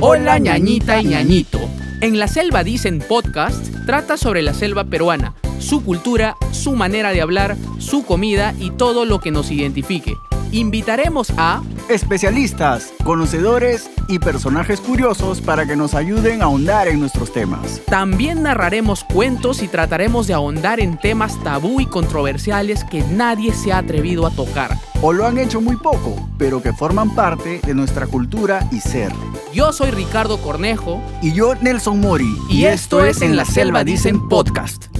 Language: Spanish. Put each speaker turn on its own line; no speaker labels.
Hola ñañita y ñañito. En la selva dicen podcast trata sobre la selva peruana, su cultura, su manera de hablar, su comida y todo lo que nos identifique. Invitaremos a
Especialistas, conocedores y personajes curiosos para que nos ayuden a ahondar en nuestros temas.
También narraremos cuentos y trataremos de ahondar en temas tabú y controversiales que nadie se ha atrevido a tocar.
O lo han hecho muy poco, pero que forman parte de nuestra cultura y ser.
Yo soy Ricardo Cornejo
Y yo, Nelson Mori.
y, esto, es En la Selva Dicen Podcast.